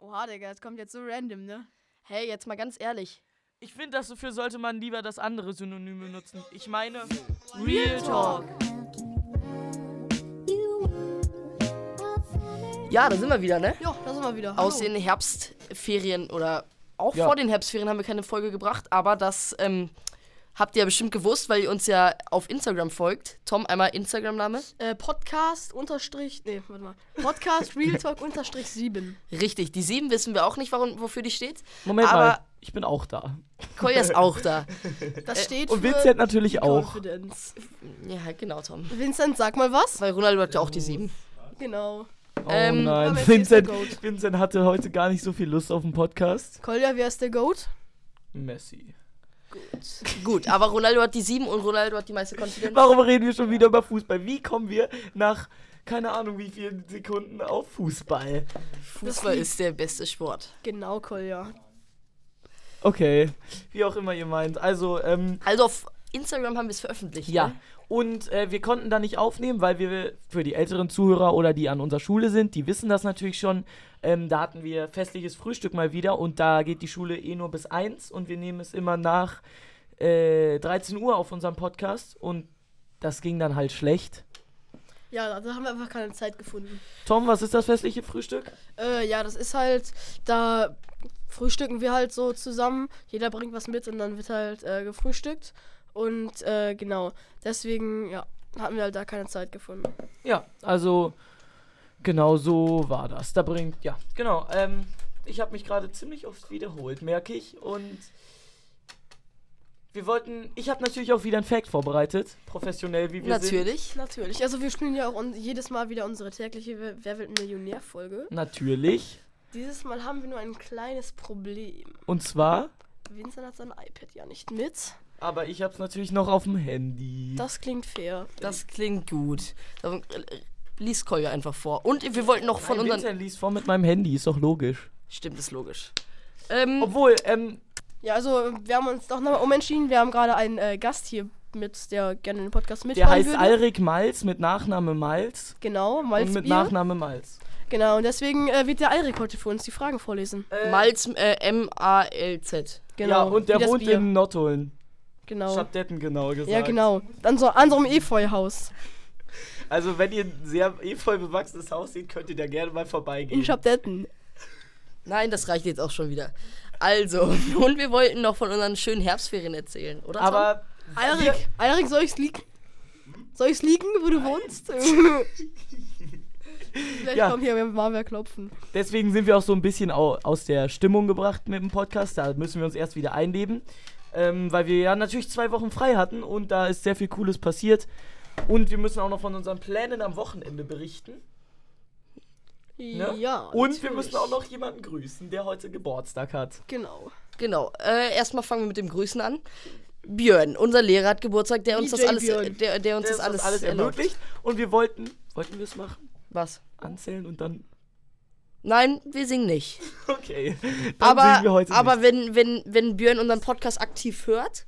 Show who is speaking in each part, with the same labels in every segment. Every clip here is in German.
Speaker 1: Oha, Digga, das kommt jetzt so random, ne? Hey, jetzt mal ganz ehrlich.
Speaker 2: Ich finde, dafür sollte man lieber das andere Synonym benutzen. Ich meine,
Speaker 1: Real Talk. Oh,
Speaker 3: Ja, da sind wir wieder, ne?
Speaker 1: Jo, da sind wir wieder. Hallo.
Speaker 3: Aus den Herbstferien oder auch
Speaker 2: Ja.
Speaker 3: vor den Herbstferien haben wir keine Folge gebracht, aber das ähm, habt ihr ja bestimmt gewusst, weil ihr uns ja auf Instagram folgt. Tom, einmal Instagram-Name.
Speaker 1: Äh, Podcast unterstrich. Nee, warte mal. Podcast Real Talk unterstrich 7.
Speaker 3: Richtig, die sieben wissen wir auch nicht, warum, wofür die steht.
Speaker 2: Moment
Speaker 3: Aber-
Speaker 2: mal, ich bin auch da.
Speaker 3: Koya ist auch da.
Speaker 1: Das steht
Speaker 2: Und
Speaker 1: für
Speaker 2: Vincent natürlich auch.
Speaker 1: Confidence.
Speaker 3: Ja, genau, Tom.
Speaker 1: Vincent, sag mal was.
Speaker 3: Weil Ronaldo hat ja auch die sieben.
Speaker 1: Genau.
Speaker 2: Oh
Speaker 3: Ähm,
Speaker 2: nein,
Speaker 1: aber jetzt
Speaker 2: Vincent,
Speaker 1: ist der Goat.
Speaker 2: Vincent hatte heute gar nicht so viel Lust auf den Podcast.
Speaker 1: Kolja, wer ist der Goat?
Speaker 2: Messi.
Speaker 3: Gut, aber Ronaldo hat die sieben und Ronaldo hat die meiste Confidence.
Speaker 2: Warum reden wir schon wieder über Fußball? Wie kommen wir nach keine Ahnung wie vielen Sekunden auf Fußball?
Speaker 3: Fußball ist der beste Sport.
Speaker 1: Genau, Kolja.
Speaker 2: Okay, wie auch immer ihr meint. Also, ähm,
Speaker 3: Also auf Instagram haben wir es veröffentlicht.
Speaker 2: ja.
Speaker 3: Ne?
Speaker 2: Und äh, wir konnten da nicht aufnehmen, weil wir für die älteren Zuhörer oder die an unserer Schule sind, die wissen das natürlich schon. Ähm, da hatten wir festliches Frühstück mal wieder und da geht die Schule eh nur bis 1 und wir nehmen es immer nach äh, 13 Uhr auf unserem Podcast und das ging dann halt schlecht.
Speaker 1: Ja, da haben wir einfach keine Zeit gefunden.
Speaker 2: Tom, was ist das festliche Frühstück?
Speaker 1: Äh, ja, das ist halt, da frühstücken wir halt so zusammen. Jeder bringt was mit und dann wird halt äh, gefrühstückt. Und äh, genau, deswegen, ja, hatten wir halt da keine Zeit gefunden.
Speaker 2: Ja, also genau so war das. Da bringt, ja, genau. Ähm, ich habe mich gerade ziemlich oft wiederholt, merke ich. Und wir wollten, ich habe natürlich auch wieder ein Fact vorbereitet, professionell wie wir sind.
Speaker 3: Natürlich.
Speaker 1: Natürlich. Also wir spielen ja auch un jedes Mal wieder unsere tägliche Wer, Wer wird Millionär-Folge.
Speaker 2: Natürlich.
Speaker 1: Dieses Mal haben wir nur ein kleines Problem.
Speaker 2: Und zwar,
Speaker 1: Vincent hat sein iPad ja nicht mit.
Speaker 2: aber ich habe es natürlich noch auf dem Handy.
Speaker 1: Das klingt fair.
Speaker 3: Das klingt gut. Darum, äh, Lies Kolja einfach vor. Und wir wollten noch von
Speaker 2: Von
Speaker 3: unseren.
Speaker 2: Vincent liest vor mit meinem Handy, ist doch logisch.
Speaker 3: Stimmt, ist logisch.
Speaker 1: Hm.
Speaker 3: Ähm,
Speaker 2: Obwohl, ähm,
Speaker 1: Ja, also wir haben uns doch nochmal umentschieden. Wir haben gerade einen äh, Gast hier mit, der gerne den Podcast
Speaker 2: der
Speaker 1: mitmachen
Speaker 2: heißt
Speaker 1: würde.
Speaker 2: Alrik Malz mit Nachname Malz.
Speaker 1: Genau,
Speaker 2: Und mit
Speaker 1: Malzbier.
Speaker 2: Nachname Malz.
Speaker 1: Genau, und deswegen äh, wird der Alrik heute für uns die Fragen vorlesen.
Speaker 3: Malz, äh, M-A-L-Z.
Speaker 1: Genau.
Speaker 2: Ja, und der
Speaker 1: wie das
Speaker 2: wohnt
Speaker 1: Bier.
Speaker 2: in Nottuln.
Speaker 1: Genau.
Speaker 2: Schabdetten, genau gesagt.
Speaker 1: Ja, genau. An so, an so einem Efeuhaus.
Speaker 2: Also, wenn ihr ein sehr efeu bewachsenes Haus seht, könnt ihr da gerne mal vorbeigehen.
Speaker 1: In Schabdetten.
Speaker 3: Nein, das reicht jetzt auch schon wieder. Also, und wir wollten noch von unseren schönen Herbstferien erzählen, oder? Tom?
Speaker 2: Aber
Speaker 1: Alrik, Alrik, soll ich's liegen? Soll ich's liegen, wo du wohnst? Vielleicht
Speaker 2: Ja.
Speaker 1: kommt hier mal wer klopfen.
Speaker 2: deswegen sind wir auch so ein bisschen au aus der Stimmung gebracht mit dem Podcast. Da müssen wir uns erst wieder einleben. Ähm, weil wir ja natürlich zwei Wochen frei hatten und da ist sehr viel Cooles passiert. Und wir müssen auch noch von unseren Plänen am Wochenende berichten. Ne?
Speaker 1: Ja.
Speaker 2: Und wir
Speaker 1: natürlich.
Speaker 2: müssen auch noch jemanden grüßen, der heute Geburtstag hat.
Speaker 1: Genau.
Speaker 3: Genau. Äh, erstmal fangen wir mit dem Grüßen an. Björn, unser Lehrer hat Geburtstag, der uns
Speaker 1: DJ
Speaker 3: das alles,
Speaker 1: Björn.
Speaker 3: der, der uns
Speaker 2: Der
Speaker 3: das,
Speaker 2: ist
Speaker 3: alles,
Speaker 2: uns alles
Speaker 3: erlaubt.
Speaker 2: ermöglicht. Und wir wollten. Wollten wir es machen?
Speaker 3: Was?
Speaker 2: Anzählen und dann.
Speaker 3: Nein, wir singen nicht.
Speaker 2: Okay. Dann
Speaker 3: aber
Speaker 2: singen wir heute
Speaker 3: aber wenn, wenn, wenn Björn unseren Podcast aktiv hört,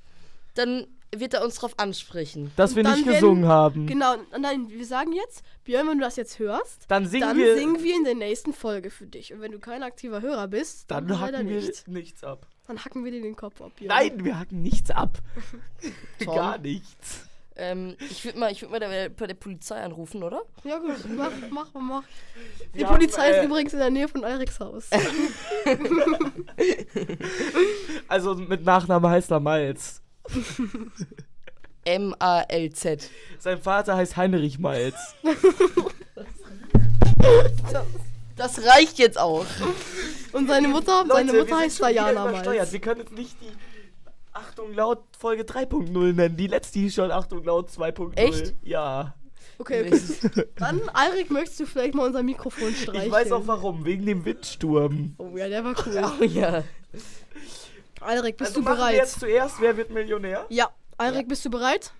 Speaker 3: dann wird er uns drauf ansprechen.
Speaker 2: dass wir
Speaker 1: Dann
Speaker 2: nicht
Speaker 1: werden-
Speaker 2: gesungen haben.
Speaker 1: Genau, nein, wir sagen jetzt, Björn, wenn du das jetzt hörst,
Speaker 2: Dann singen
Speaker 1: dann
Speaker 2: wir.
Speaker 1: singen wir in der nächsten Folge für dich. Und wenn du kein aktiver Hörer bist, dann,
Speaker 2: dann
Speaker 1: leider
Speaker 2: hacken wir
Speaker 1: nicht.
Speaker 2: nichts ab.
Speaker 1: Dann hacken wir dir den Kopf ab, Björn.
Speaker 2: Nein, wir hacken nichts ab.
Speaker 3: Tom.
Speaker 2: Gar nichts.
Speaker 3: Ähm, ich würde mal, ich würd mal der, bei der Polizei anrufen, oder?
Speaker 1: Ja gut, mach, mach, mach. Die
Speaker 2: Wir
Speaker 1: Polizei
Speaker 2: haben,
Speaker 1: ist
Speaker 2: äh,
Speaker 1: übrigens in der Nähe von Eiriks Haus.
Speaker 2: Also mit Nachname heißt er Malz.
Speaker 3: M-A-L-Z.
Speaker 2: Sein Vater heißt Heinrich Malz.
Speaker 3: Das reicht jetzt auch.
Speaker 1: Und seine Mutter, seine
Speaker 2: wir
Speaker 1: Mutter
Speaker 2: sind
Speaker 1: heißt
Speaker 2: schon wieder
Speaker 1: Diana
Speaker 2: übersteuert.
Speaker 1: Malz.
Speaker 2: Wir können jetzt nicht die Achtung laut Folge 3.0 nennen. Die letzte hieß schon Achtung laut 2.0.
Speaker 3: Echt?
Speaker 2: Ja.
Speaker 1: Okay, okay.
Speaker 3: Mist.
Speaker 1: Dann, Eirik, möchtest du vielleicht mal unser Mikrofon streicheln?
Speaker 2: Ich weiß auch warum. Wegen dem Windsturm.
Speaker 1: Oh ja, der war cool.
Speaker 3: Oh ja.
Speaker 1: Eirik, bist
Speaker 2: also
Speaker 1: du
Speaker 2: machen wir
Speaker 1: bereit?
Speaker 2: jetzt zuerst, wer wird Millionär?
Speaker 1: Ja, Eirik, bist du bereit?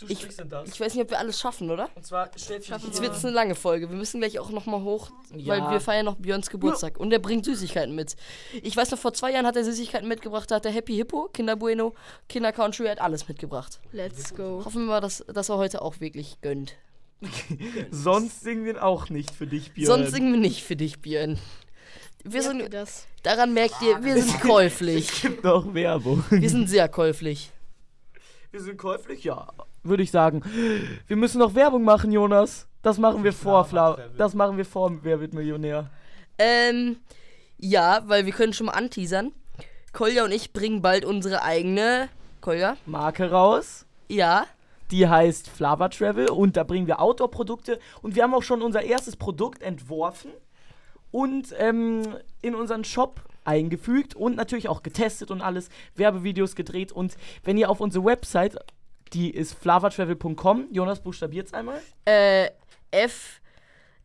Speaker 2: Du
Speaker 3: Ich-
Speaker 2: sprichst in das.
Speaker 3: Ich weiß nicht, ob wir alles schaffen, oder?
Speaker 2: Und zwar stellt sich
Speaker 3: Jetzt wird es eine lange Folge. Wir müssen gleich auch nochmal hoch,
Speaker 2: Ja.
Speaker 3: weil wir feiern noch Björns Geburtstag. Und er bringt Süßigkeiten mit. Ich weiß noch, vor zwei Jahren hat er Süßigkeiten mitgebracht. Da hat er Happy Hippo, Kinder Bueno, Kinder Country, er hat alles mitgebracht.
Speaker 1: Let's go.
Speaker 3: Hoffen wir mal, dass, dass er heute auch wirklich gönnt.
Speaker 2: Sonst singen wir auch nicht für dich, Björn.
Speaker 3: Sonst singen wir nicht für dich, Björn.
Speaker 1: Merkt ihr
Speaker 3: Wir sind,
Speaker 1: das?
Speaker 3: daran merkt ihr, wir sind käuflich.
Speaker 2: gibt noch Werbung.
Speaker 3: Wir sind sehr käuflich.
Speaker 2: Wir sind käuflich, ja. Würde ich sagen. Wir müssen noch Werbung machen, Jonas. Das machen wir vor, Fla. Das machen wir vor Wer wird Millionär.
Speaker 3: Ähm, ja, weil wir können schon mal anteasern. Kolja und ich bringen bald unsere eigene, Kolja,
Speaker 2: Marke raus.
Speaker 3: ja,
Speaker 2: Die heißt Flava Travel und da bringen wir Outdoor-Produkte und wir haben auch schon unser erstes Produkt entworfen und ähm, in unseren Shop eingefügt und natürlich auch getestet und alles, Werbevideos gedreht und wenn ihr auf unsere Website, die ist flavatravel.com, Jonas buchstabiert's einmal,
Speaker 3: äh, F,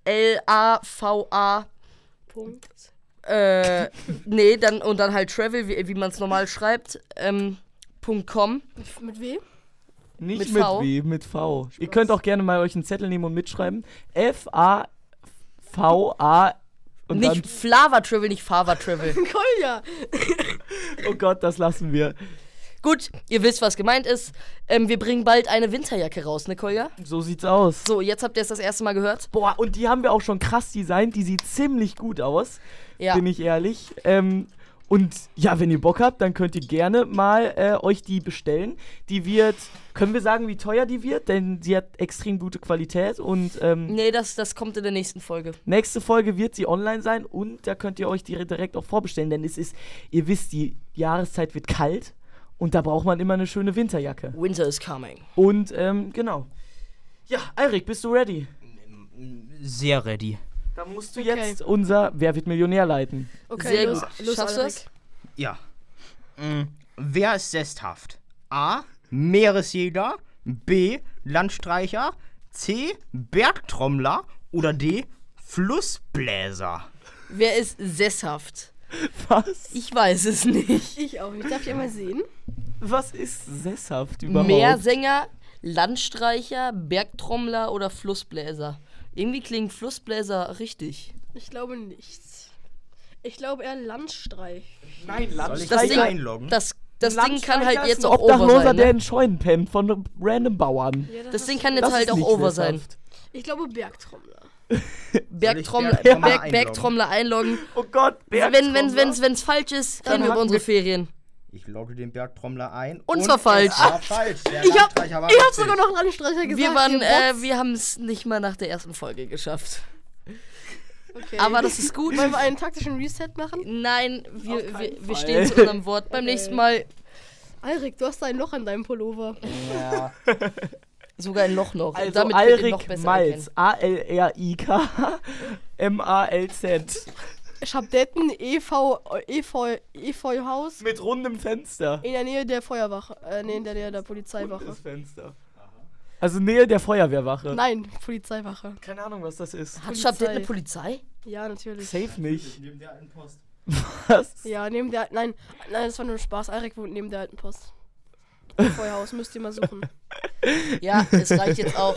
Speaker 3: L, A, V, A,
Speaker 1: Punkt.
Speaker 3: äh, nee, dann, und dann halt Travel, wie, wie man es normal schreibt, ähm, .com.
Speaker 1: Mit, mit wem?
Speaker 2: nicht
Speaker 3: Mit
Speaker 2: mit,
Speaker 3: V?
Speaker 2: W, mit V. Ihr könnt auch gerne mal euch einen Zettel nehmen und mitschreiben. F-A-V-A und
Speaker 3: nicht
Speaker 2: dann,
Speaker 3: Flava Travel, nicht Fava Travel.
Speaker 1: Kolja.
Speaker 2: oh Gott, das lassen wir.
Speaker 3: Gut, ihr wisst, was gemeint ist. Ähm, wir bringen bald eine Winterjacke raus, ne, Kolja?
Speaker 2: So sieht's aus.
Speaker 3: So, jetzt habt ihr es das erste Mal gehört.
Speaker 2: Boah, und die haben wir auch schon krass designt. Die sieht ziemlich gut aus,
Speaker 3: Ja.
Speaker 2: bin ich ehrlich. Ähm, und ja, wenn ihr Bock habt, dann könnt ihr gerne mal äh, euch die bestellen. Die wird, können wir sagen, wie teuer die wird? Denn sie hat extrem gute Qualität. Und ähm,
Speaker 3: Nee, das, das kommt in der nächsten Folge.
Speaker 2: nächste Folge wird sie online sein. Und da könnt ihr euch die direkt auch vorbestellen. Denn es ist, ihr wisst, die Jahreszeit wird kalt. Und da braucht man immer eine schöne Winterjacke.
Speaker 3: Winter is coming.
Speaker 2: Und ähm, genau. Ja, Eirik, bist du ready?
Speaker 4: Sehr ready.
Speaker 2: Da musst du
Speaker 1: Okay.
Speaker 2: jetzt unser Wer wird Millionär leiten.
Speaker 1: Okay,
Speaker 3: Sehr
Speaker 1: los,
Speaker 3: gut.
Speaker 1: los
Speaker 3: Schaffst du es?
Speaker 1: Alrik.
Speaker 4: Ja. Mm, Wer ist sesshaft? A. Meeresjäger. B. Landstreicher. C. Bergtrommler. Oder D. Flussbläser.
Speaker 3: Wer ist sesshaft?
Speaker 2: Was?
Speaker 3: Ich weiß es nicht.
Speaker 1: Ich auch nicht. Darf ich einmal sehen?
Speaker 2: Was ist sesshaft überhaupt?
Speaker 3: Meersänger, Landstreicher, Bergtrommler oder Flussbläser? Irgendwie klingen Flussbläser richtig.
Speaker 1: Ich glaube nicht. Ich glaube eher Landstreich.
Speaker 2: Nein,
Speaker 3: Das
Speaker 4: Soll ich
Speaker 3: Ding-
Speaker 2: Hm?
Speaker 4: einloggen?
Speaker 3: Das, das Ding kann halt jetzt auch over
Speaker 2: Obdachloser,
Speaker 3: sein.
Speaker 2: der
Speaker 3: Ne?
Speaker 2: in Scheunen pennt von random Bauern.
Speaker 1: Ja,
Speaker 3: Das
Speaker 1: hast
Speaker 3: Ding
Speaker 1: du
Speaker 3: kann
Speaker 1: recht.
Speaker 3: jetzt halt auch over sein.
Speaker 2: Also
Speaker 1: Ich glaube Bergtrommler.
Speaker 3: Bergtrommler,
Speaker 4: Bergtrommler
Speaker 3: Berg,
Speaker 4: einloggen?
Speaker 3: Bergtrommler einloggen.
Speaker 2: Oh Gott,
Speaker 3: Wenn es wenn's, wenn's falsch ist,
Speaker 2: Dann
Speaker 3: reden wir über
Speaker 2: hatten
Speaker 3: unsere
Speaker 2: wir-
Speaker 3: Ferien.
Speaker 4: Ich logge den Bergtrommler ein.
Speaker 3: Und zwar falsch.
Speaker 4: es War falsch. Der
Speaker 1: Ich hab,
Speaker 4: Landstreicher war
Speaker 1: ich hab
Speaker 4: richtig.
Speaker 1: sogar noch einen Landstreicher gesagt.
Speaker 3: Ah, Wir, waren,
Speaker 1: ihr
Speaker 3: äh,
Speaker 1: Bots.
Speaker 3: wir haben es nicht mal nach der ersten Folge geschafft.
Speaker 1: okay.
Speaker 3: äh, Aber das ist gut.
Speaker 1: Wollen wir einen taktischen Reset machen?
Speaker 3: Nein, wir, wir, wir
Speaker 2: Fall.
Speaker 3: stehen zu unserem Wort. Beim
Speaker 1: Okay.
Speaker 3: nächsten Mal
Speaker 1: Alrik, du hast da ein Loch an deinem Pullover.
Speaker 4: Ja.
Speaker 3: sogar ein Loch noch.
Speaker 2: Also
Speaker 3: Damit könnt ihr noch
Speaker 2: Alrik
Speaker 3: besser
Speaker 2: Malz. A-L-R-I-K M-A-L-Z.
Speaker 1: Schabetten, EV, EV, EV-Haus
Speaker 2: Mit rundem Fenster.
Speaker 1: E in der Nähe der Feuerwache. Äh, nee, in der Nähe der Polizeiwache.
Speaker 2: Rundes Fenster. Also Nähe der Feuerwehrwache.
Speaker 1: Nein, Polizeiwache.
Speaker 2: Keine Ahnung, was das ist.
Speaker 3: Hat
Speaker 1: Polizei.
Speaker 3: Schabdett eine Polizei?
Speaker 1: Ja, natürlich.
Speaker 2: Safe nicht.
Speaker 4: Neben der alten Post.
Speaker 2: Was?
Speaker 1: Ja, neben der. Nein, nein, das war nur Spaß. Alrik wohnt neben der alten Post. Im Feuerhaus, müsst ihr mal suchen.
Speaker 3: Ja, es reicht jetzt auch.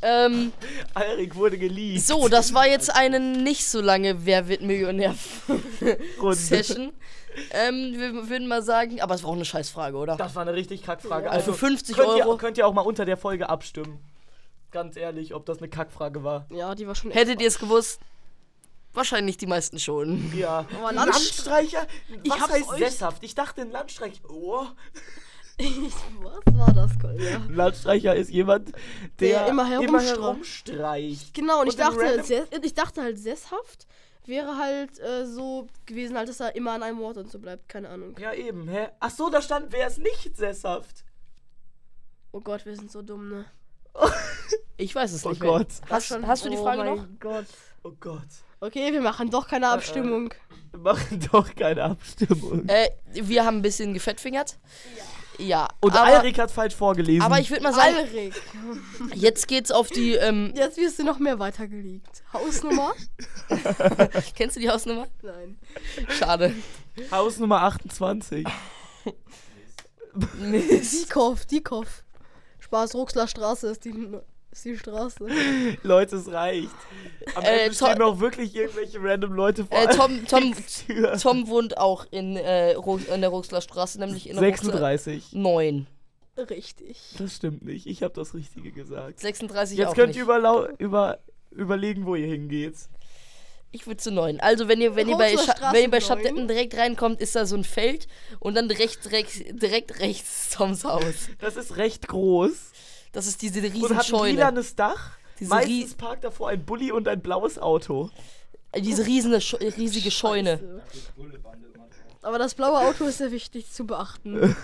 Speaker 3: Ähm,
Speaker 2: Alrik wurde geleakt.
Speaker 3: so, das war jetzt eine nicht so lange Wer wird
Speaker 2: Runde.
Speaker 3: Millionär-Session. Ähm, wir würden mal sagen, aber es war auch eine Scheißfrage, oder?
Speaker 2: Das war eine richtig Kackfrage.
Speaker 1: Ja.
Speaker 2: Also
Speaker 3: Für 50
Speaker 2: könnt
Speaker 3: Euro.
Speaker 2: Ihr, könnt ihr auch mal unter der Folge abstimmen. Ganz ehrlich, ob das eine Kackfrage war.
Speaker 1: Ja, die war schon echt.
Speaker 3: Hättet ihr es gewusst? Wahrscheinlich die meisten schon.
Speaker 2: Ja.
Speaker 1: Aber Landst-
Speaker 2: Landstreicher?
Speaker 1: Ich
Speaker 2: Was
Speaker 1: hab's
Speaker 2: heißt
Speaker 1: euch-
Speaker 2: sesshaft? Ich dachte ein Landstreicher. Oh.
Speaker 1: Was war das, Kolja?
Speaker 2: Ein Landstreicher ist jemand, der,
Speaker 1: Der immer herumstre-
Speaker 2: herumstreicht.
Speaker 1: Genau, und, ich
Speaker 2: Und dann
Speaker 1: dachte,
Speaker 2: random-
Speaker 1: sehr, ich dachte halt sesshaft wäre halt äh, so gewesen, halt, dass er immer an einem Ort und so bleibt. Keine Ahnung.
Speaker 2: Ja, eben. Hä? Ach so, da stand, wer ist nicht sesshaft?
Speaker 1: Oh Gott, wir sind so dumm, ne?
Speaker 3: Ich weiß es
Speaker 2: Oh
Speaker 3: nicht. mehr.
Speaker 2: Gott.
Speaker 3: Hast, hast du die
Speaker 1: oh
Speaker 3: Frage
Speaker 1: mein
Speaker 3: noch? Äh,
Speaker 1: Gott.
Speaker 2: Oh Gott.
Speaker 1: Okay, wir machen doch keine Abstimmung.
Speaker 2: Wir machen doch keine Abstimmung.
Speaker 3: Äh, wir haben ein bisschen gefettfingert. Ja.
Speaker 2: und
Speaker 3: aber,
Speaker 2: Alrik hat falsch vorgelesen.
Speaker 3: aber ich würde mal sagen,
Speaker 1: Alrik,
Speaker 3: jetzt geht's auf die. Ähm,
Speaker 1: jetzt wirst du noch mehr weitergelegt. Hausnummer?
Speaker 3: Kennst du die Hausnummer?
Speaker 1: Nein.
Speaker 3: Schade.
Speaker 2: Hausnummer 28.
Speaker 3: Mist.
Speaker 1: Diekow, Diekow. Spaß, Ruxler Straße ist die, ist die Straße.
Speaker 2: Leute, es reicht. Am
Speaker 3: Äh,
Speaker 2: Ende
Speaker 3: to-
Speaker 2: stehen auch wirklich irgendwelche random Leute vor.
Speaker 3: Äh, Tom, Tom,
Speaker 2: Alriks Tür.
Speaker 3: Tom wohnt auch in, äh, Ro- in der Ruxler Straße, nämlich in der Ruxler
Speaker 2: 36.
Speaker 3: 9.
Speaker 1: Richtig.
Speaker 2: Das stimmt nicht. Ich habe das Richtige gesagt.
Speaker 3: 36
Speaker 2: Jetzt
Speaker 3: auch
Speaker 2: könnt
Speaker 3: nicht.
Speaker 2: ihr überlau über überlegen, wo ihr hingeht.
Speaker 3: Ich würde zu 9. Also wenn ihr, wenn ihr bei,
Speaker 1: Rosenstraße
Speaker 3: Scha wenn ihr bei
Speaker 1: neun.
Speaker 3: Schabdetten direkt reinkommt, ist da so ein Feld und dann rechts, rechts, direkt rechts ist Toms Haus.
Speaker 2: Das ist recht groß
Speaker 3: Das ist diese
Speaker 2: und hat ein
Speaker 3: Riesenscheune.
Speaker 2: lilanes Dach.
Speaker 3: Diese
Speaker 2: Meistens
Speaker 3: Rie-
Speaker 2: parkt davor ein Bulli und ein blaues Auto.
Speaker 3: Äh, Diese riesige, Sche- riesige Scheune.
Speaker 1: Scheiße.
Speaker 4: Bullebande immer drauf.
Speaker 1: Aber das blaue Auto ist ja wichtig zu beachten.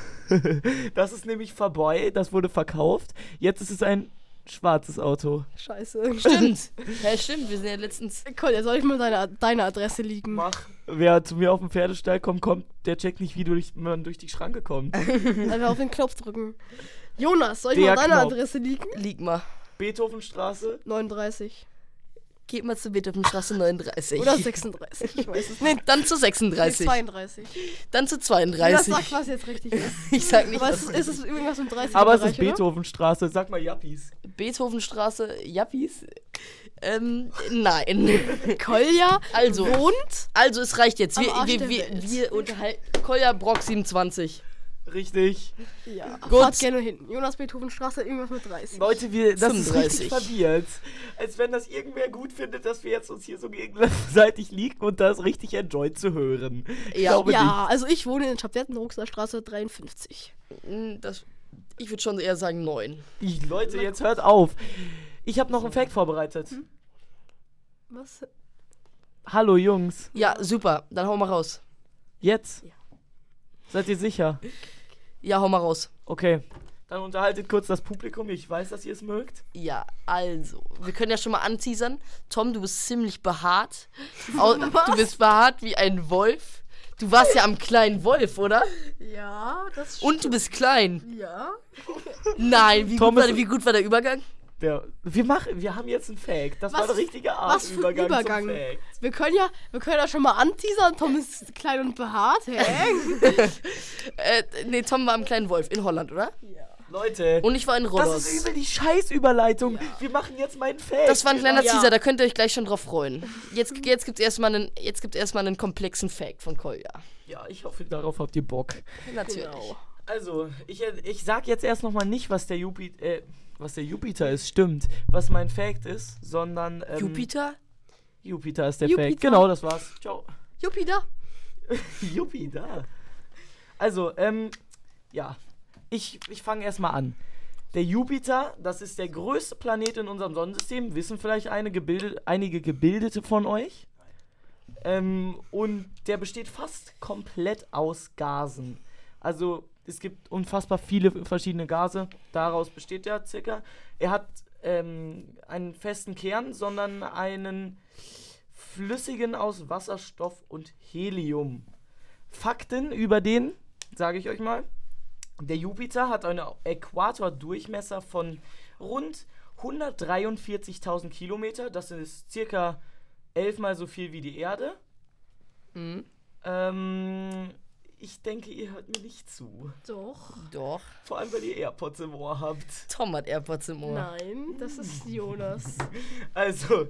Speaker 2: Das ist nämlich vorbei, das wurde verkauft. Jetzt ist es ein schwarzes Auto.
Speaker 1: Scheiße.
Speaker 3: Stimmt. Ja, stimmt. Wir sind ja letztens.
Speaker 1: Cool, jetzt soll ich mal deine, deine Adresse liegen.
Speaker 2: Mach. Wer zu mir auf den Pferdestall kommt, kommt, der checkt nicht, wie durch, man durch die Schranke kommt.
Speaker 1: Einfach auf den Knopf drücken. Jonas, soll ich
Speaker 2: Der
Speaker 1: mal deine
Speaker 2: Knopf.
Speaker 1: Adresse liegen?
Speaker 3: Lieg mal.
Speaker 2: Beethovenstraße.
Speaker 1: 39.
Speaker 3: Geht mal zu Beethovenstraße 39.
Speaker 1: Oder 36, ich weiß es nicht.
Speaker 3: Nee, dann zu
Speaker 1: Nee,
Speaker 3: 36.
Speaker 1: 32.
Speaker 3: Dann zu
Speaker 1: Jonas
Speaker 3: 32.
Speaker 1: sagt, was jetzt richtig ist.
Speaker 3: Ich sag nicht,
Speaker 1: Aber
Speaker 3: was
Speaker 1: es ist, es ist irgendwas um 30
Speaker 2: Aber es ist
Speaker 1: Bereich, oder?
Speaker 2: Beethovenstraße. Sag mal Jappies.
Speaker 3: Beethovenstraße, Jappis. Ähm, nein.
Speaker 1: Kolja
Speaker 3: Also,
Speaker 1: wohnt.
Speaker 3: also es reicht jetzt.
Speaker 1: Am
Speaker 3: Wir,
Speaker 1: Arsch
Speaker 3: wir,
Speaker 1: der
Speaker 3: wir,
Speaker 1: Welt.
Speaker 3: wir unterhalten. Kolja Brock 27.
Speaker 2: Richtig.
Speaker 1: Ja,
Speaker 3: Gut.
Speaker 1: fahrt gerne hin. Jonas Beethovenstraße, irgendwas mit 30.
Speaker 2: Leute, wir, das ist
Speaker 3: 35.
Speaker 2: richtig verwirrt. Als wenn das irgendwer gut findet, dass wir jetzt uns hier so gegenseitig liegen und das richtig enjoyt zu hören. Ich
Speaker 3: Ja.
Speaker 2: glaube nicht.
Speaker 1: ja, also ich wohne in Schabdetten, Ruxler Straße 53.
Speaker 3: Mm, Das, ich würde schon eher sagen 9.
Speaker 2: Ich, Leute, jetzt hört auf. Ich habe noch einen Fact vorbereitet.
Speaker 1: Hm? Was?
Speaker 2: Hallo Jungs,
Speaker 3: Ja, super. Dann hau mal raus.
Speaker 2: jetzt. Seid ihr sicher?
Speaker 3: Ja, hau mal raus.
Speaker 2: Okay. Dann unterhaltet kurz das Publikum. Ich weiß, dass ihr es mögt.
Speaker 3: Ja, also. Wir können ja schon mal anteasern. Tom, du bist ziemlich behaart. Au- du bist behaart wie ein Wolf. Du warst ja am kleinen Wolf, oder?
Speaker 1: Ja, das
Speaker 3: Und du bist klein.
Speaker 1: Ja.
Speaker 3: Nein, wie, gut
Speaker 2: Tom ist-
Speaker 3: war, der- wie gut war der Übergang?
Speaker 2: Der, wir, machen, wir haben jetzt einen Fact. Das war
Speaker 1: Was-
Speaker 2: der richtige Art.
Speaker 1: was für ein Übergang?
Speaker 2: Zum Fact.
Speaker 1: Wir können ja, wir können ja schon mal anteasern. Tom ist klein und behaart. Hä?
Speaker 3: Äh, nee, Tom war am kleinen Wolf in Holland, oder?
Speaker 2: Leute,
Speaker 3: Und ich war in
Speaker 2: das
Speaker 3: Rodos.
Speaker 2: ist übel die Scheißüberleitung. Wir machen jetzt meinen Fact.
Speaker 3: Das war ein kleiner
Speaker 1: Ja.
Speaker 3: Teaser, da könnt ihr euch gleich schon drauf freuen. Jetzt, jetzt gibt es erstmal einen, jetzt gibt's erstmal einen komplexen Fact von Kolja.
Speaker 2: Ja, ich hoffe, darauf habt ihr Bock.
Speaker 3: Natürlich.
Speaker 1: Genau.
Speaker 2: Also, ich, ich sag jetzt erst nochmal nicht, was der, Jupiter, äh, was der Jupiter ist, stimmt. Was mein Fact ist, sondern. Ähm,
Speaker 3: Jupiter?
Speaker 2: Jupiter ist der Fact.
Speaker 1: Jupiter.
Speaker 2: Genau, das war's. Ciao.
Speaker 1: Jupiter.
Speaker 2: Jupiter. Also, ähm, ja. Ich, ich fange erstmal an. Der Jupiter, das ist der größte Planet in unserem Sonnensystem. Wissen vielleicht eine gebildet, einige Gebildete von euch. Ähm, und der besteht fast komplett aus Gasen. Also es gibt unfassbar viele verschiedene Gase. Daraus besteht er circa. Er hat ähm, einen festen Kern, sondern einen flüssigen aus Wasserstoff und Helium. Fakten über den, sage ich euch mal. Der Jupiter hat einen Äquatordurchmesser von rund 143.000 Kilometer. Das ist circa elfmal so viel wie die Erde.
Speaker 3: Mhm.
Speaker 2: Ähm, ich denke, ihr hört mir nicht zu.
Speaker 1: Doch.
Speaker 3: Doch.
Speaker 2: Vor allem, weil ihr AirPods im Ohr habt.
Speaker 3: Tom hat AirPods im
Speaker 1: Oh.
Speaker 3: Ohr.
Speaker 1: Nein, das ist Jonas.
Speaker 2: Also,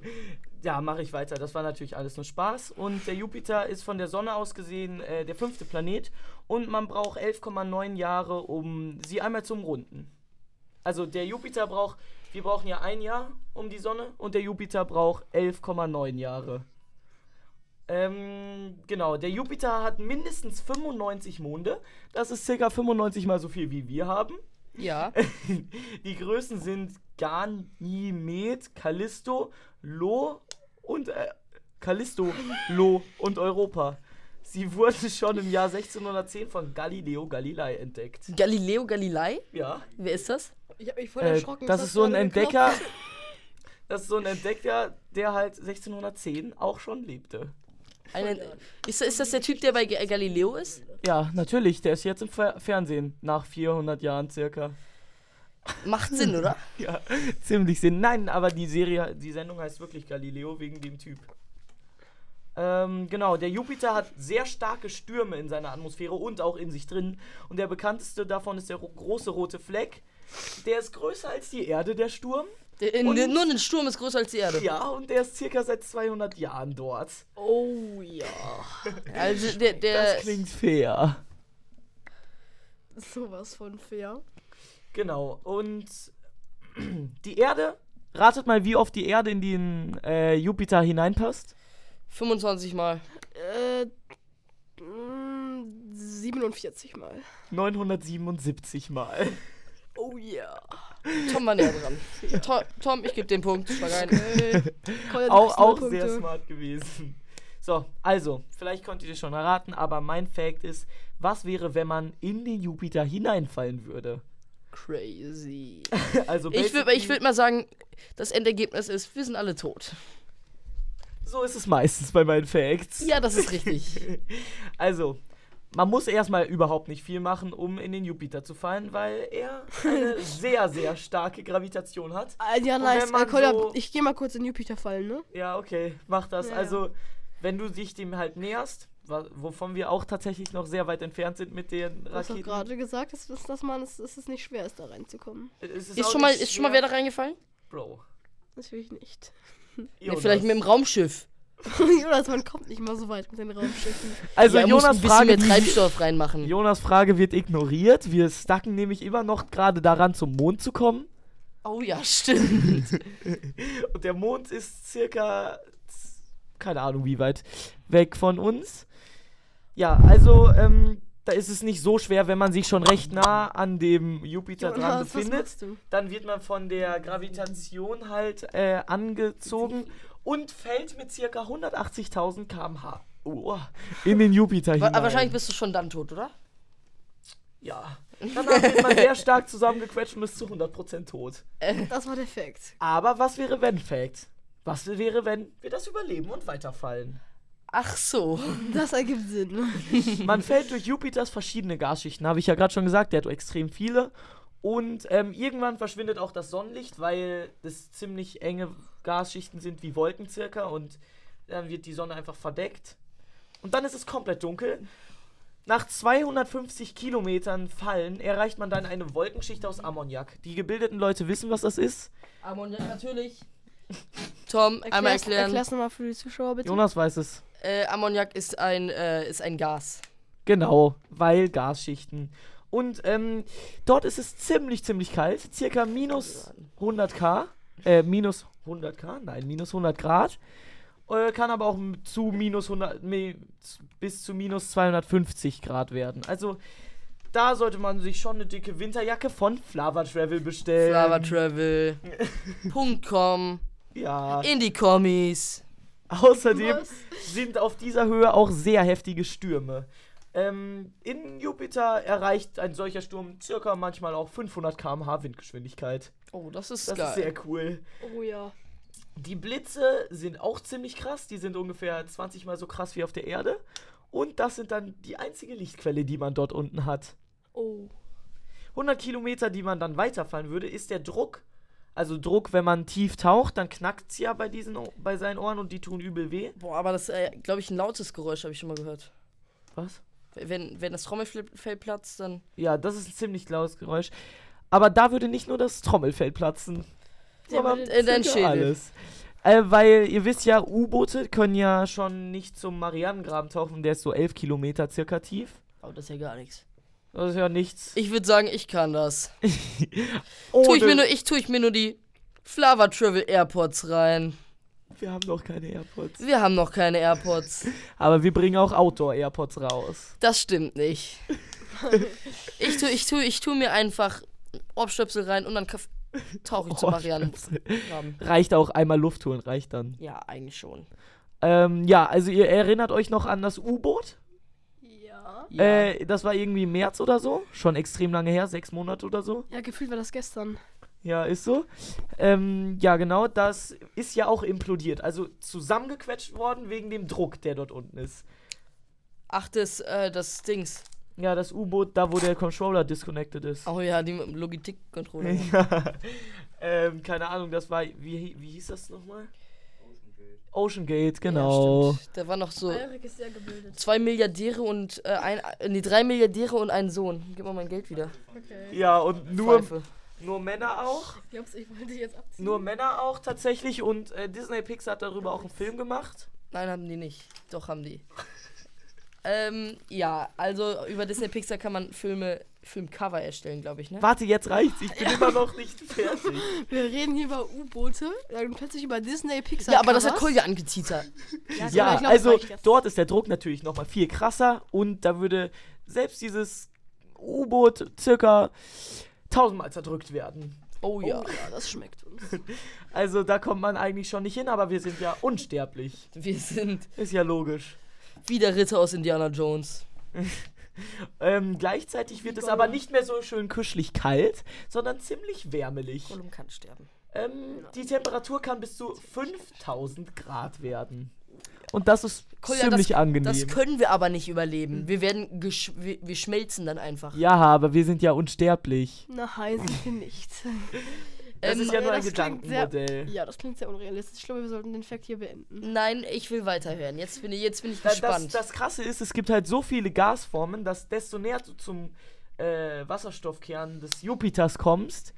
Speaker 2: ja, mache ich weiter. Das war natürlich alles nur Spaß. Und der Jupiter ist von der Sonne aus gesehen äh, der fünfte Planet. Und man braucht 11,9 Jahre, um sie einmal zu umrunden. Also der Jupiter braucht, wir brauchen ja ein Jahr um die Sonne und der Jupiter braucht 11,9 Jahre. Ähm, genau, der Jupiter hat mindestens 95 Monde. Das ist circa 95 mal so viel wie wir haben.
Speaker 3: Ja.
Speaker 2: Die Größen sind Ganymed, Callisto, Lo und äh, Callisto, Lo und Europa. Sie wurde schon im Jahr 1610 von Galileo Galilei entdeckt.
Speaker 3: Galileo Galilei?
Speaker 2: Ja.
Speaker 3: Wer ist das?
Speaker 1: Ich hab mich voll
Speaker 2: Äh,
Speaker 1: erschrocken.
Speaker 2: das
Speaker 1: hast
Speaker 2: ist so ein
Speaker 1: gerade geklopft.
Speaker 2: Entdecker. Das ist so ein Entdecker, der halt 1610 auch schon lebte.
Speaker 3: Eine, ist, ist das der Typ, der bei Ga- Galileo ist?
Speaker 2: Ja, natürlich. Der ist jetzt im Fer Fernsehen nach 400 Jahren circa.
Speaker 3: Macht Sinn, oder?
Speaker 2: Ja, ziemlich Sinn. Nein, aber die Serie, die Sendung heißt wirklich Galileo wegen dem Typ. Ähm, genau, der Jupiter hat sehr starke Stürme in seiner Atmosphäre und auch in sich drin. Und der bekannteste davon ist der ro große rote Fleck. Der ist größer als die Erde, der Sturm.
Speaker 3: Der, äh,
Speaker 2: Und-
Speaker 3: nur ein Sturm ist größer als die Erde.
Speaker 2: Ja, und der ist circa seit 200 Jahren dort.
Speaker 1: Oh ja.
Speaker 3: Also der, der
Speaker 2: Das klingt fair.
Speaker 1: Sowas von fair.
Speaker 2: Genau. Und die Erde, ratet mal, wie oft die Erde in den äh, Jupiter hineinpasst.
Speaker 3: 25 Mal.
Speaker 1: Äh, mm, 47 Mal.
Speaker 2: 977 Mal.
Speaker 1: Oh yeah.
Speaker 3: Tom war näher dran. To Tom, ich gebe den Punkt. Schlag ein.
Speaker 1: Colin,
Speaker 2: auch
Speaker 1: kriegst null
Speaker 2: auch sehr
Speaker 1: Punkte.
Speaker 2: smart gewesen. So, also, vielleicht konntet ihr schon erraten, aber mein Fact ist, was wäre, wenn man in den Jupiter hineinfallen würde?
Speaker 3: Crazy.
Speaker 2: Also
Speaker 3: Ich würde
Speaker 2: basically,
Speaker 3: ich würd mal sagen, das Endergebnis ist, wir sind alle tot.
Speaker 2: so ist es meistens bei meinen Facts.
Speaker 3: Ja, das ist richtig.
Speaker 2: Also, man muss erstmal überhaupt nicht viel machen, um in den Jupiter zu fallen, weil er eine sehr, sehr starke Gravitation hat.
Speaker 1: Ah, ja,
Speaker 2: Und
Speaker 1: nice.
Speaker 2: wenn man
Speaker 1: Äh, Colin,
Speaker 2: so-
Speaker 1: ich gehe mal kurz in Jupiter fallen, ne?
Speaker 2: Ja, okay, mach das.
Speaker 1: Ja.
Speaker 2: Also, wenn du dich dem halt näherst, wa- wovon wir auch tatsächlich noch sehr weit entfernt sind mit den
Speaker 1: Du hast doch
Speaker 2: Raketen.
Speaker 1: gerade gesagt, dass, dass, dass man es, dass es nicht schwer ist, da reinzukommen.
Speaker 2: Es
Speaker 3: Ist
Speaker 2: auch
Speaker 3: schon mal,
Speaker 2: nicht
Speaker 3: ist schon mal
Speaker 2: schwer.
Speaker 3: wer da reingefallen?
Speaker 2: Bro.
Speaker 1: Natürlich nicht.
Speaker 3: Ja,
Speaker 2: Jonas.
Speaker 3: vielleicht mit dem Raumschiff.
Speaker 1: Jonas, man kommt nicht mal so weit mit den Raumschiffen.
Speaker 2: Also
Speaker 3: ja, muss
Speaker 2: Jonas,
Speaker 3: ein bisschen
Speaker 2: Frage,
Speaker 3: mehr Treibstoff reinmachen.
Speaker 2: Jonas Frage wird ignoriert. Wir stacken nämlich immer noch gerade daran, zum Mond zu kommen.
Speaker 3: Oh ja, stimmt.
Speaker 2: Und der Mond ist circa z- keine Ahnung wie weit weg von uns. Ja, also ähm, da ist es nicht so schwer, wenn man sich schon recht nah an dem Jupiter dran
Speaker 1: Jonas, was
Speaker 2: befindet.
Speaker 1: machst du?
Speaker 2: Dann wird man von der Gravitation halt äh, angezogen und fällt mit circa 180.000 km/h oh, in den Jupiter
Speaker 3: Wa-
Speaker 2: hinein.
Speaker 3: Aber wahrscheinlich bist du schon dann tot, oder?
Speaker 2: Ja. Danach wird man sehr stark zusammengequetscht und ist zu 100% tot.
Speaker 1: Das war der Fact.
Speaker 2: Aber was wäre wenn Fact? Was wäre, wenn wir das überleben und weiterfallen?
Speaker 3: Ach so.
Speaker 1: Das ergibt Sinn.
Speaker 2: Man fällt durch Jupiters verschiedene Gasschichten, habe ich ja gerade schon gesagt, der hat extrem viele. Und ähm, irgendwann verschwindet auch das Sonnenlicht, weil das ziemlich enge Gasschichten sind wie Wolken circa und dann wird die Sonne einfach verdeckt. Und dann ist es komplett dunkel. Nach 250 Kilometern Fallen erreicht man dann eine Wolkenschicht aus Ammoniak. Die gebildeten Leute wissen, was das ist.
Speaker 3: Ammoniak natürlich. Tom, einmal erklären.
Speaker 1: Erklär's nochmal für die Zuschauer, bitte.
Speaker 2: Jonas weiß es.
Speaker 3: Äh, Ammoniak ist ein, äh, ist ein Gas.
Speaker 2: Genau, weil Gasschichten. Und ähm, dort ist es ziemlich, ziemlich kalt. Circa minus 100 K. Äh, minus 100 K? Nein, minus 100 Grad. Äh, kann aber auch m- zu minus 100, mi- z- bis zu minus 250 Grad werden. Also da sollte man sich schon eine dicke Winterjacke von Flava Travel bestellen.
Speaker 3: Flavatravel.com
Speaker 2: Ja.
Speaker 3: in die Kommis.
Speaker 2: Außerdem
Speaker 1: Was?
Speaker 2: sind auf dieser Höhe auch sehr heftige Stürme. Ähm, in Jupiter erreicht ein solcher Sturm circa manchmal auch 500 km/h Windgeschwindigkeit.
Speaker 3: Oh, das ist
Speaker 2: Das
Speaker 3: geil.
Speaker 2: ist sehr cool.
Speaker 1: Oh ja.
Speaker 2: Die Blitze sind auch ziemlich krass. Die sind ungefähr 20 mal so krass wie auf der Erde. Und das sind dann die einzige Lichtquelle, die man dort unten hat.
Speaker 1: Oh.
Speaker 2: 100 Kilometer, die man dann weiterfallen würde, ist der Druck. Also Druck, wenn man tief taucht, dann knackt's ja bei diesen, O- bei seinen Ohren und die tun übel weh.
Speaker 3: Boah, aber das ist, äh, glaube ich, ein lautes Geräusch, habe ich schon mal gehört.
Speaker 2: Was?
Speaker 3: Wenn, wenn das Trommelfell platzt, dann.
Speaker 2: Ja, das ist ein ziemlich lautes Geräusch. Aber da würde nicht nur das Trommelfell platzen,
Speaker 1: Ja, aber
Speaker 2: sondern
Speaker 1: das
Speaker 3: in deinen
Speaker 2: circa
Speaker 3: Schädel.
Speaker 2: alles. Äh, weil ihr wisst ja, U-Boote können ja schon nicht zum Marianengraben tauchen, der ist so 11 Kilometer circa tief.
Speaker 3: Oh, das ist ja gar nichts.
Speaker 2: Das ist ja nichts.
Speaker 3: Ich würde sagen, ich kann das. Tue
Speaker 2: Ohne-
Speaker 3: ich, mir nur, ich tue ich mir nur die Flava Travel Airpods rein.
Speaker 2: wir haben noch keine AirPods.
Speaker 3: Wir haben noch keine Airpods.
Speaker 2: Aber wir bringen auch Outdoor-AirPods raus.
Speaker 3: Das stimmt nicht. Ich tue ich tue, ich tue mir einfach Ohrstöpsel rein und dann kaff- tauche ich zum Marianengraben.
Speaker 2: Reicht auch einmal Luft holen, reicht dann.
Speaker 3: Ja, eigentlich schon.
Speaker 2: Ähm, ja, also ihr erinnert euch noch an das U-Boot?
Speaker 1: Ja.
Speaker 3: Ja.
Speaker 2: Äh, das war irgendwie im März oder so. Schon extrem lange her, sechs Monate oder so.
Speaker 1: Ja, gefühlt war das gestern.
Speaker 2: Ja, ist so. Ähm, ja, genau, das ist ja auch implodiert. Also zusammengequetscht worden wegen dem Druck, der dort unten ist.
Speaker 3: Ach, das, äh, das Dings.
Speaker 2: Ja, das U-Boot, da wo der Controller disconnected ist.
Speaker 3: Oh ja, die mit dem Logitech-Controller.
Speaker 2: Ja. ähm, keine Ahnung, das war, wie, wie hieß das nochmal? Ocean Gate, genau.
Speaker 3: Ja, stimmt. da war noch so
Speaker 1: ist sehr gebildet.
Speaker 3: zwei Milliardäre und äh, ein, äh, nee, drei Milliardäre und einen Sohn. Gib mal mein Geld wieder.
Speaker 1: Okay.
Speaker 2: ja, und nur,
Speaker 3: Pfeife.
Speaker 2: nur Männer auch.
Speaker 1: Glaubst du, ich wollte dich jetzt abziehen?
Speaker 2: Nur Männer auch tatsächlich. Und äh, Disney Pixar hat darüber auch einen Film gemacht.
Speaker 3: Nein, haben die nicht. Doch, haben die. Ähm, ja, also über Disney Pixar kann man Filme, Filmcover erstellen, glaube ich, ne?
Speaker 2: Warte, jetzt reicht's. Ich bin immer noch nicht fertig.
Speaker 1: Wir reden hier über U-Boote, dann plötzlich über Disney, Pixar.
Speaker 3: Ja, aber das hat
Speaker 1: Covers.
Speaker 3: Kolja angeteasert.
Speaker 1: Ja,
Speaker 2: Ja,
Speaker 1: ich glaub, das
Speaker 2: also
Speaker 1: reicht jetzt.
Speaker 2: dort ist der Druck natürlich nochmal viel krasser und da würde selbst dieses U-Boot circa tausendmal zerdrückt werden.
Speaker 3: Oh
Speaker 1: Oh, ja.
Speaker 3: ja.
Speaker 1: das schmeckt uns.
Speaker 2: Also da kommt man eigentlich schon nicht hin, aber wir sind ja unsterblich.
Speaker 3: Wir sind
Speaker 2: Ist ja logisch.
Speaker 3: wie der Ritter aus Indiana Jones.
Speaker 2: Ähm, gleichzeitig wird es aber nicht mehr so schön kuschelig kalt, sondern ziemlich wärmelig.
Speaker 3: Gollum kann sterben.
Speaker 2: Ähm, die Temperatur kann bis zu 5000 Grad werden. Und das ist
Speaker 3: Kolja,
Speaker 2: ziemlich
Speaker 3: das,
Speaker 2: angenehm.
Speaker 3: Das können wir aber nicht überleben. Wir werden gesch wir, wir schmelzen dann einfach.
Speaker 2: ja, aber wir sind ja unsterblich.
Speaker 1: Nein, sind wir nicht.
Speaker 2: Das
Speaker 3: Ähm,
Speaker 2: ist ja nur ein
Speaker 1: das klingt sehr-
Speaker 2: Gedankenmodell.
Speaker 1: Ja, das klingt sehr unrealistisch. Ich glaube, wir sollten den Fact hier beenden.
Speaker 3: Nein, ich will weiterhören. Jetzt bin ich, jetzt bin ich
Speaker 2: Da- Äh, Das,
Speaker 3: gespannt.
Speaker 2: das Krasse ist, es gibt halt so viele Gasformen, dass desto näher du zum äh, Wasserstoffkern des Jupiters kommst,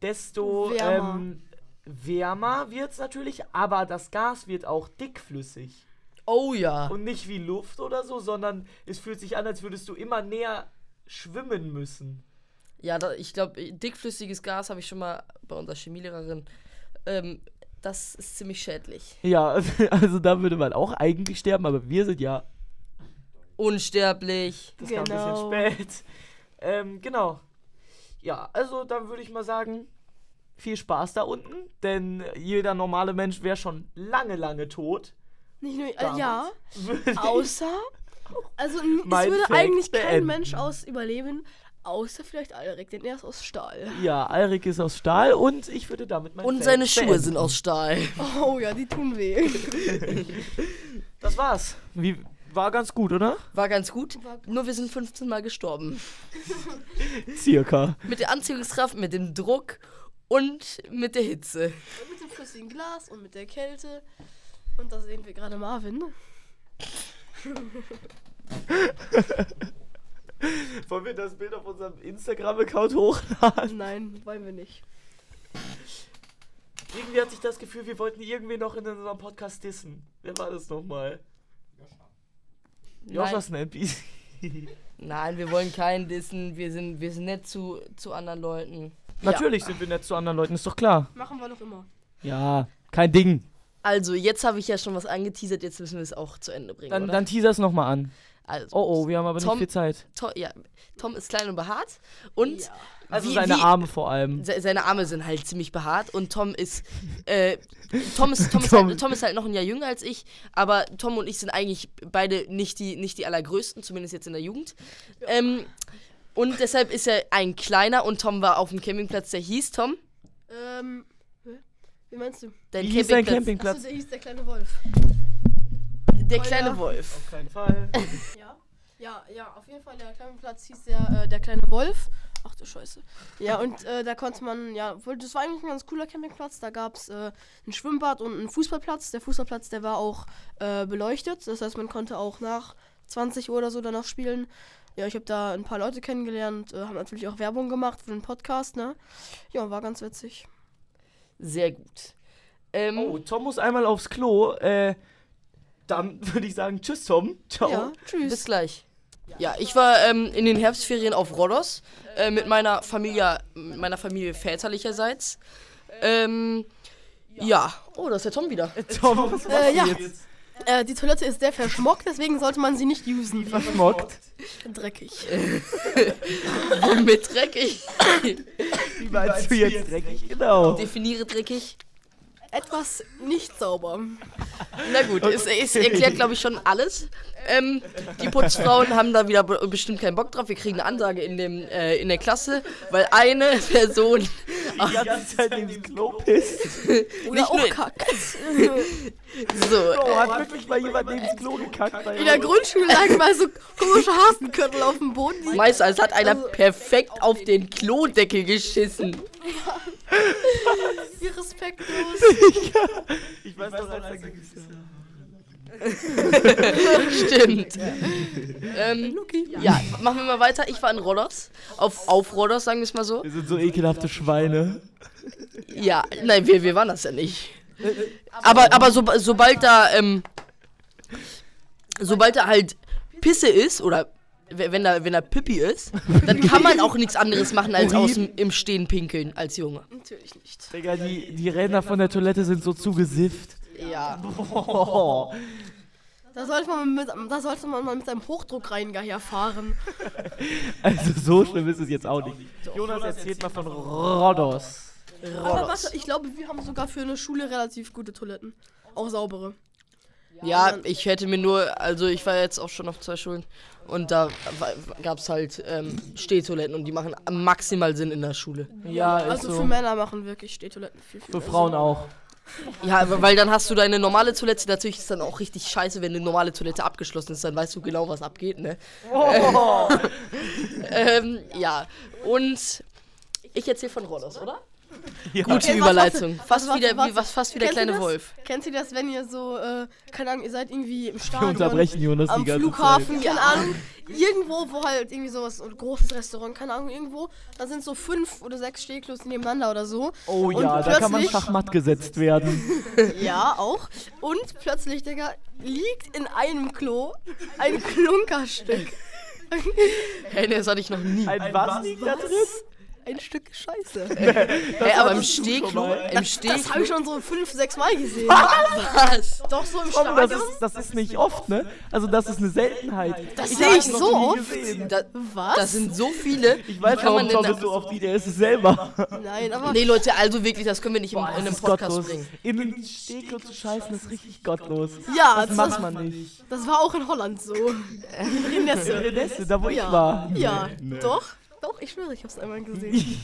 Speaker 2: desto
Speaker 1: Wärmer.
Speaker 2: ähm, wärmer wird es natürlich, aber das Gas wird auch dickflüssig.
Speaker 3: oh ja.
Speaker 2: Und nicht wie Luft oder so, sondern es fühlt sich an, als würdest du immer näher schwimmen müssen.
Speaker 3: Ja, da, ich glaube, dickflüssiges Gas habe ich schon mal bei unserer Chemielehrerin. Ähm, das ist ziemlich schädlich.
Speaker 2: Ja, also da würde man auch eigentlich sterben, aber wir sind ja.
Speaker 3: Unsterblich.
Speaker 2: Das genau.
Speaker 1: Genau.
Speaker 2: kam ein bisschen spät. Ähm, genau. Ja, also dann würde ich mal sagen, viel Spaß da unten, denn jeder normale Mensch wäre schon lange, lange tot.
Speaker 1: Nicht nur, äh,
Speaker 2: Damals.
Speaker 1: ja,
Speaker 2: Würde ich-
Speaker 1: außer, also n- es
Speaker 2: Mein
Speaker 1: würde
Speaker 2: Fact
Speaker 1: eigentlich kein
Speaker 2: beenden.
Speaker 1: Mensch aus überleben, außer vielleicht Alrik, denn er ist aus Stahl.
Speaker 2: ja, Alrik ist aus Stahl und ich würde damit mein
Speaker 3: Und
Speaker 2: Feld
Speaker 3: seine Schuhe
Speaker 2: beenden.
Speaker 3: sind aus Stahl.
Speaker 1: Oh ja, die tun weh.
Speaker 2: Das war's. Wie, war ganz gut, oder?
Speaker 3: War ganz gut.
Speaker 1: War gut.
Speaker 3: Nur wir sind 15 Mal gestorben.
Speaker 2: Circa.
Speaker 3: Mit der Anziehungskraft, mit dem Druck und mit der Hitze.
Speaker 1: mit dem flüssigen Glas und mit der Kälte. Und da sehen wir gerade Marvin.
Speaker 2: Wollen wir das Bild auf unserem Instagram-Account hochladen?
Speaker 1: Nein, wollen wir nicht.
Speaker 2: Irgendwie hatte ich das Gefühl, wir wollten irgendwen noch in unserem Podcast dissen. Wer war das nochmal? Joshua
Speaker 3: Nein,
Speaker 2: Snappy.
Speaker 3: nein, wir wollen keinen dissen. Wir sind, wir sind nett zu, zu anderen Leuten.
Speaker 2: Natürlich sind wir nett zu anderen Leuten, ist doch klar.
Speaker 1: Machen wir doch immer.
Speaker 2: Ja, kein Ding.
Speaker 3: Also, jetzt habe ich ja schon was angeteasert. Jetzt müssen wir es auch zu Ende bringen.
Speaker 2: Dann,
Speaker 3: oder?
Speaker 2: dann teaser es nochmal an.
Speaker 3: also,
Speaker 2: Oh oh, wir haben aber
Speaker 3: Tom-
Speaker 2: nicht viel Zeit.
Speaker 3: To ja, Tom ist klein und behaart. Und
Speaker 1: Ja.
Speaker 2: Also
Speaker 3: wie-
Speaker 2: seine
Speaker 3: wie-
Speaker 2: Arme vor allem.
Speaker 3: Se seine Arme sind halt ziemlich behaart und Tom ist, äh, Tom ist, Tom, ist
Speaker 2: Tom.
Speaker 3: Halt, Tom ist halt noch ein Jahr jünger als ich, aber Tom und ich sind eigentlich beide nicht die, nicht die allergrößten, zumindest jetzt in der Jugend. Ähm, und deshalb ist er ein kleiner und Tom war auf dem Campingplatz, der hieß Tom.
Speaker 1: Ähm, hä? wie meinst du?
Speaker 3: Dein
Speaker 2: Wie hieß dein
Speaker 1: Achso,
Speaker 2: Campingplatz?
Speaker 1: der hieß der kleine Wolf.
Speaker 3: Der
Speaker 1: Oh,
Speaker 3: kleine
Speaker 1: ja.
Speaker 3: Wolf.
Speaker 2: Auf keinen Fall.
Speaker 1: Ja, ja, ja, auf jeden Fall. Der kleine Platz hieß der, äh, der kleine Wolf. Ach du Scheiße. Ja, und äh, da konnte man, ja, wohl, das war eigentlich ein ganz cooler Campingplatz. Da gab es äh, ein Schwimmbad und einen Fußballplatz. Der Fußballplatz, der war auch äh, beleuchtet. Das heißt, man konnte auch nach 20 Uhr oder so danach spielen. Ja, ich habe da ein paar Leute kennengelernt, äh, haben natürlich auch Werbung gemacht für den Podcast, ne? Ja, war ganz witzig.
Speaker 3: Sehr gut. Ähm,
Speaker 2: Oh, Tom muss einmal aufs Klo. Äh, dann würde ich sagen, tschüss Tom. Ciao.
Speaker 1: Ja, tschüss.
Speaker 3: Bis gleich. Ja, ich war ähm, in den Herbstferien auf Rhodos äh, mit meiner Familie, mit meiner Familie väterlicherseits. Ähm, ja. Oh, da ist der Tom wieder.
Speaker 2: Tom, was
Speaker 1: Äh, ja.
Speaker 2: jetzt?
Speaker 1: Äh, die Toilette ist sehr verschmockt, deswegen sollte man sie nicht usen.
Speaker 2: Verschmockt.
Speaker 1: Dreckig.
Speaker 3: Womit dreckig?
Speaker 2: Wie meinst du jetzt dreckig? Genau.
Speaker 3: Definiere dreckig.
Speaker 1: Etwas nicht sauber.
Speaker 3: Na gut, es, es erklärt, glaube ich, schon alles. Ähm, die Putzfrauen haben da wieder be- bestimmt keinen Bock drauf. Wir kriegen eine Ansage in, dem, äh, in der Klasse, weil eine Person
Speaker 2: Die ganze Zeit im Klo pisst.
Speaker 1: Oder
Speaker 3: nur
Speaker 1: auch
Speaker 3: in-
Speaker 1: kackt.
Speaker 3: so
Speaker 2: Oh, hat wirklich mal jemand ins Klo gekackt. bei
Speaker 1: In der
Speaker 2: uns?
Speaker 1: Grundschule lagen mal so komische Hasenköttel auf dem Boden. Die
Speaker 3: Meister, es hat einer perfekt auf den Klodeckel geschissen.
Speaker 1: wie respektlos.
Speaker 2: Ich weiß noch, als er gekifft hat.
Speaker 3: Stimmt.
Speaker 1: Äh,
Speaker 3: Ähm, ja, machen wir mal weiter. Ich war in Rodos. Auf, auf Rodos, sagen wir es mal so.
Speaker 2: Wir sind so ekelhafte Schweine.
Speaker 3: Ja, nein, wir, wir waren das ja nicht. Aber, aber so, sobald da, ähm, sobald da halt Pisse ist oder w- wenn da, wenn da Pippi ist, dann kann man auch nichts anderes machen als aus dem, im Stehen pinkeln als Junge.
Speaker 1: Natürlich nicht.
Speaker 2: Digga, die, die Ränder von der Toilette sind so zugesifft.
Speaker 3: Ja.
Speaker 2: Boah.
Speaker 1: Da sollte man, mit, da sollte man mal mit einem Hochdruckreiniger herfahren.
Speaker 2: Also so schlimm ist es jetzt auch nicht. Jonas erzählt mal von Rhodos.
Speaker 1: Aber was, ich glaube, wir haben sogar für eine Schule relativ gute Toiletten. Auch saubere.
Speaker 3: Ja, ich hätte mir nur, also ich war jetzt auch schon auf zwei Schulen und da gab es halt ähm, Stehtoiletten und die machen maximal Sinn in der Schule.
Speaker 2: Ja, ist
Speaker 1: Also für
Speaker 2: so.
Speaker 1: Männer machen wirklich Stehtoiletten viel, viel
Speaker 2: Für
Speaker 1: besser.
Speaker 2: Frauen auch.
Speaker 3: Ja, aber- weil dann hast du deine normale Toilette, natürlich ist dann auch richtig scheiße, wenn eine normale Toilette abgeschlossen ist, dann weißt du genau, was abgeht, ne?
Speaker 1: Oh,
Speaker 3: ähm, ja, und ich erzähle von Rollos, oder? Gute
Speaker 1: Okay, warte,
Speaker 3: Überleitung.
Speaker 1: warte,
Speaker 3: Fast
Speaker 1: warte,
Speaker 3: wieder, wie,
Speaker 1: warte.
Speaker 3: was, fast wie der
Speaker 1: Kennst du
Speaker 3: kleine
Speaker 1: das?
Speaker 3: Wolf.
Speaker 1: Kennt ihr das, wenn ihr so, äh, keine Ahnung, ihr seid irgendwie im
Speaker 2: Wir
Speaker 1: Stadion,
Speaker 2: unterbrechen Jonas die
Speaker 1: am
Speaker 2: ganze
Speaker 1: Flughafen, keine Ahnung, irgendwo, wo halt irgendwie sowas, ein großes Restaurant, keine Ahnung, irgendwo, da sind so fünf oder sechs Stehklos nebeneinander oder so.
Speaker 2: Zeit. Oh
Speaker 1: Und
Speaker 2: ja, da kann man
Speaker 1: plötzlich-
Speaker 2: schachmatt gesetzt werden.
Speaker 1: Ja, auch. Und plötzlich, Digga, liegt in einem Klo ein Klunkerstück.
Speaker 3: Hey, nee, das hatte ich noch nie.
Speaker 2: Ein was liegt da drin? Äh,
Speaker 1: Ein Stück Scheiße.
Speaker 3: Hey, aber im
Speaker 2: hattest du schon
Speaker 3: Stehklo,
Speaker 2: mal.
Speaker 3: im
Speaker 1: Das habe
Speaker 3: Stehklo.
Speaker 1: ich schon so fünf, sechs Mal gesehen.
Speaker 3: Was?
Speaker 1: Doch so im
Speaker 2: Komm, das
Speaker 1: Oh, Stadion.
Speaker 2: ist, das ist nicht oft, ne? Also das ist eine Seltenheit.
Speaker 1: Das
Speaker 3: Ich
Speaker 1: sehe
Speaker 3: hab's
Speaker 1: ich
Speaker 3: noch
Speaker 1: so
Speaker 2: nie
Speaker 1: oft.
Speaker 2: gesehen.
Speaker 3: Da,
Speaker 1: Was?
Speaker 3: das sind so viele.
Speaker 2: Ich weiß,
Speaker 3: Wie kann
Speaker 2: warum
Speaker 3: man denn
Speaker 2: Tom so auf die Idee ist, es selber.
Speaker 1: Nein, aber
Speaker 3: Nee, Leute, also wirklich, das können wir nicht in, in einem
Speaker 2: Das ist
Speaker 3: Podcast
Speaker 2: gottlos.
Speaker 3: bringen.
Speaker 2: In den Stehklo zu scheißen ist richtig gottlos.
Speaker 1: ja, das,
Speaker 2: Das macht man nicht.
Speaker 1: das war auch in Holland so. In Renesse.
Speaker 2: In Nesse, da wo ich
Speaker 1: Oh Ja.
Speaker 2: war.
Speaker 1: Ja, doch. Doch, ich schwöre, ich hab's einmal gesehen.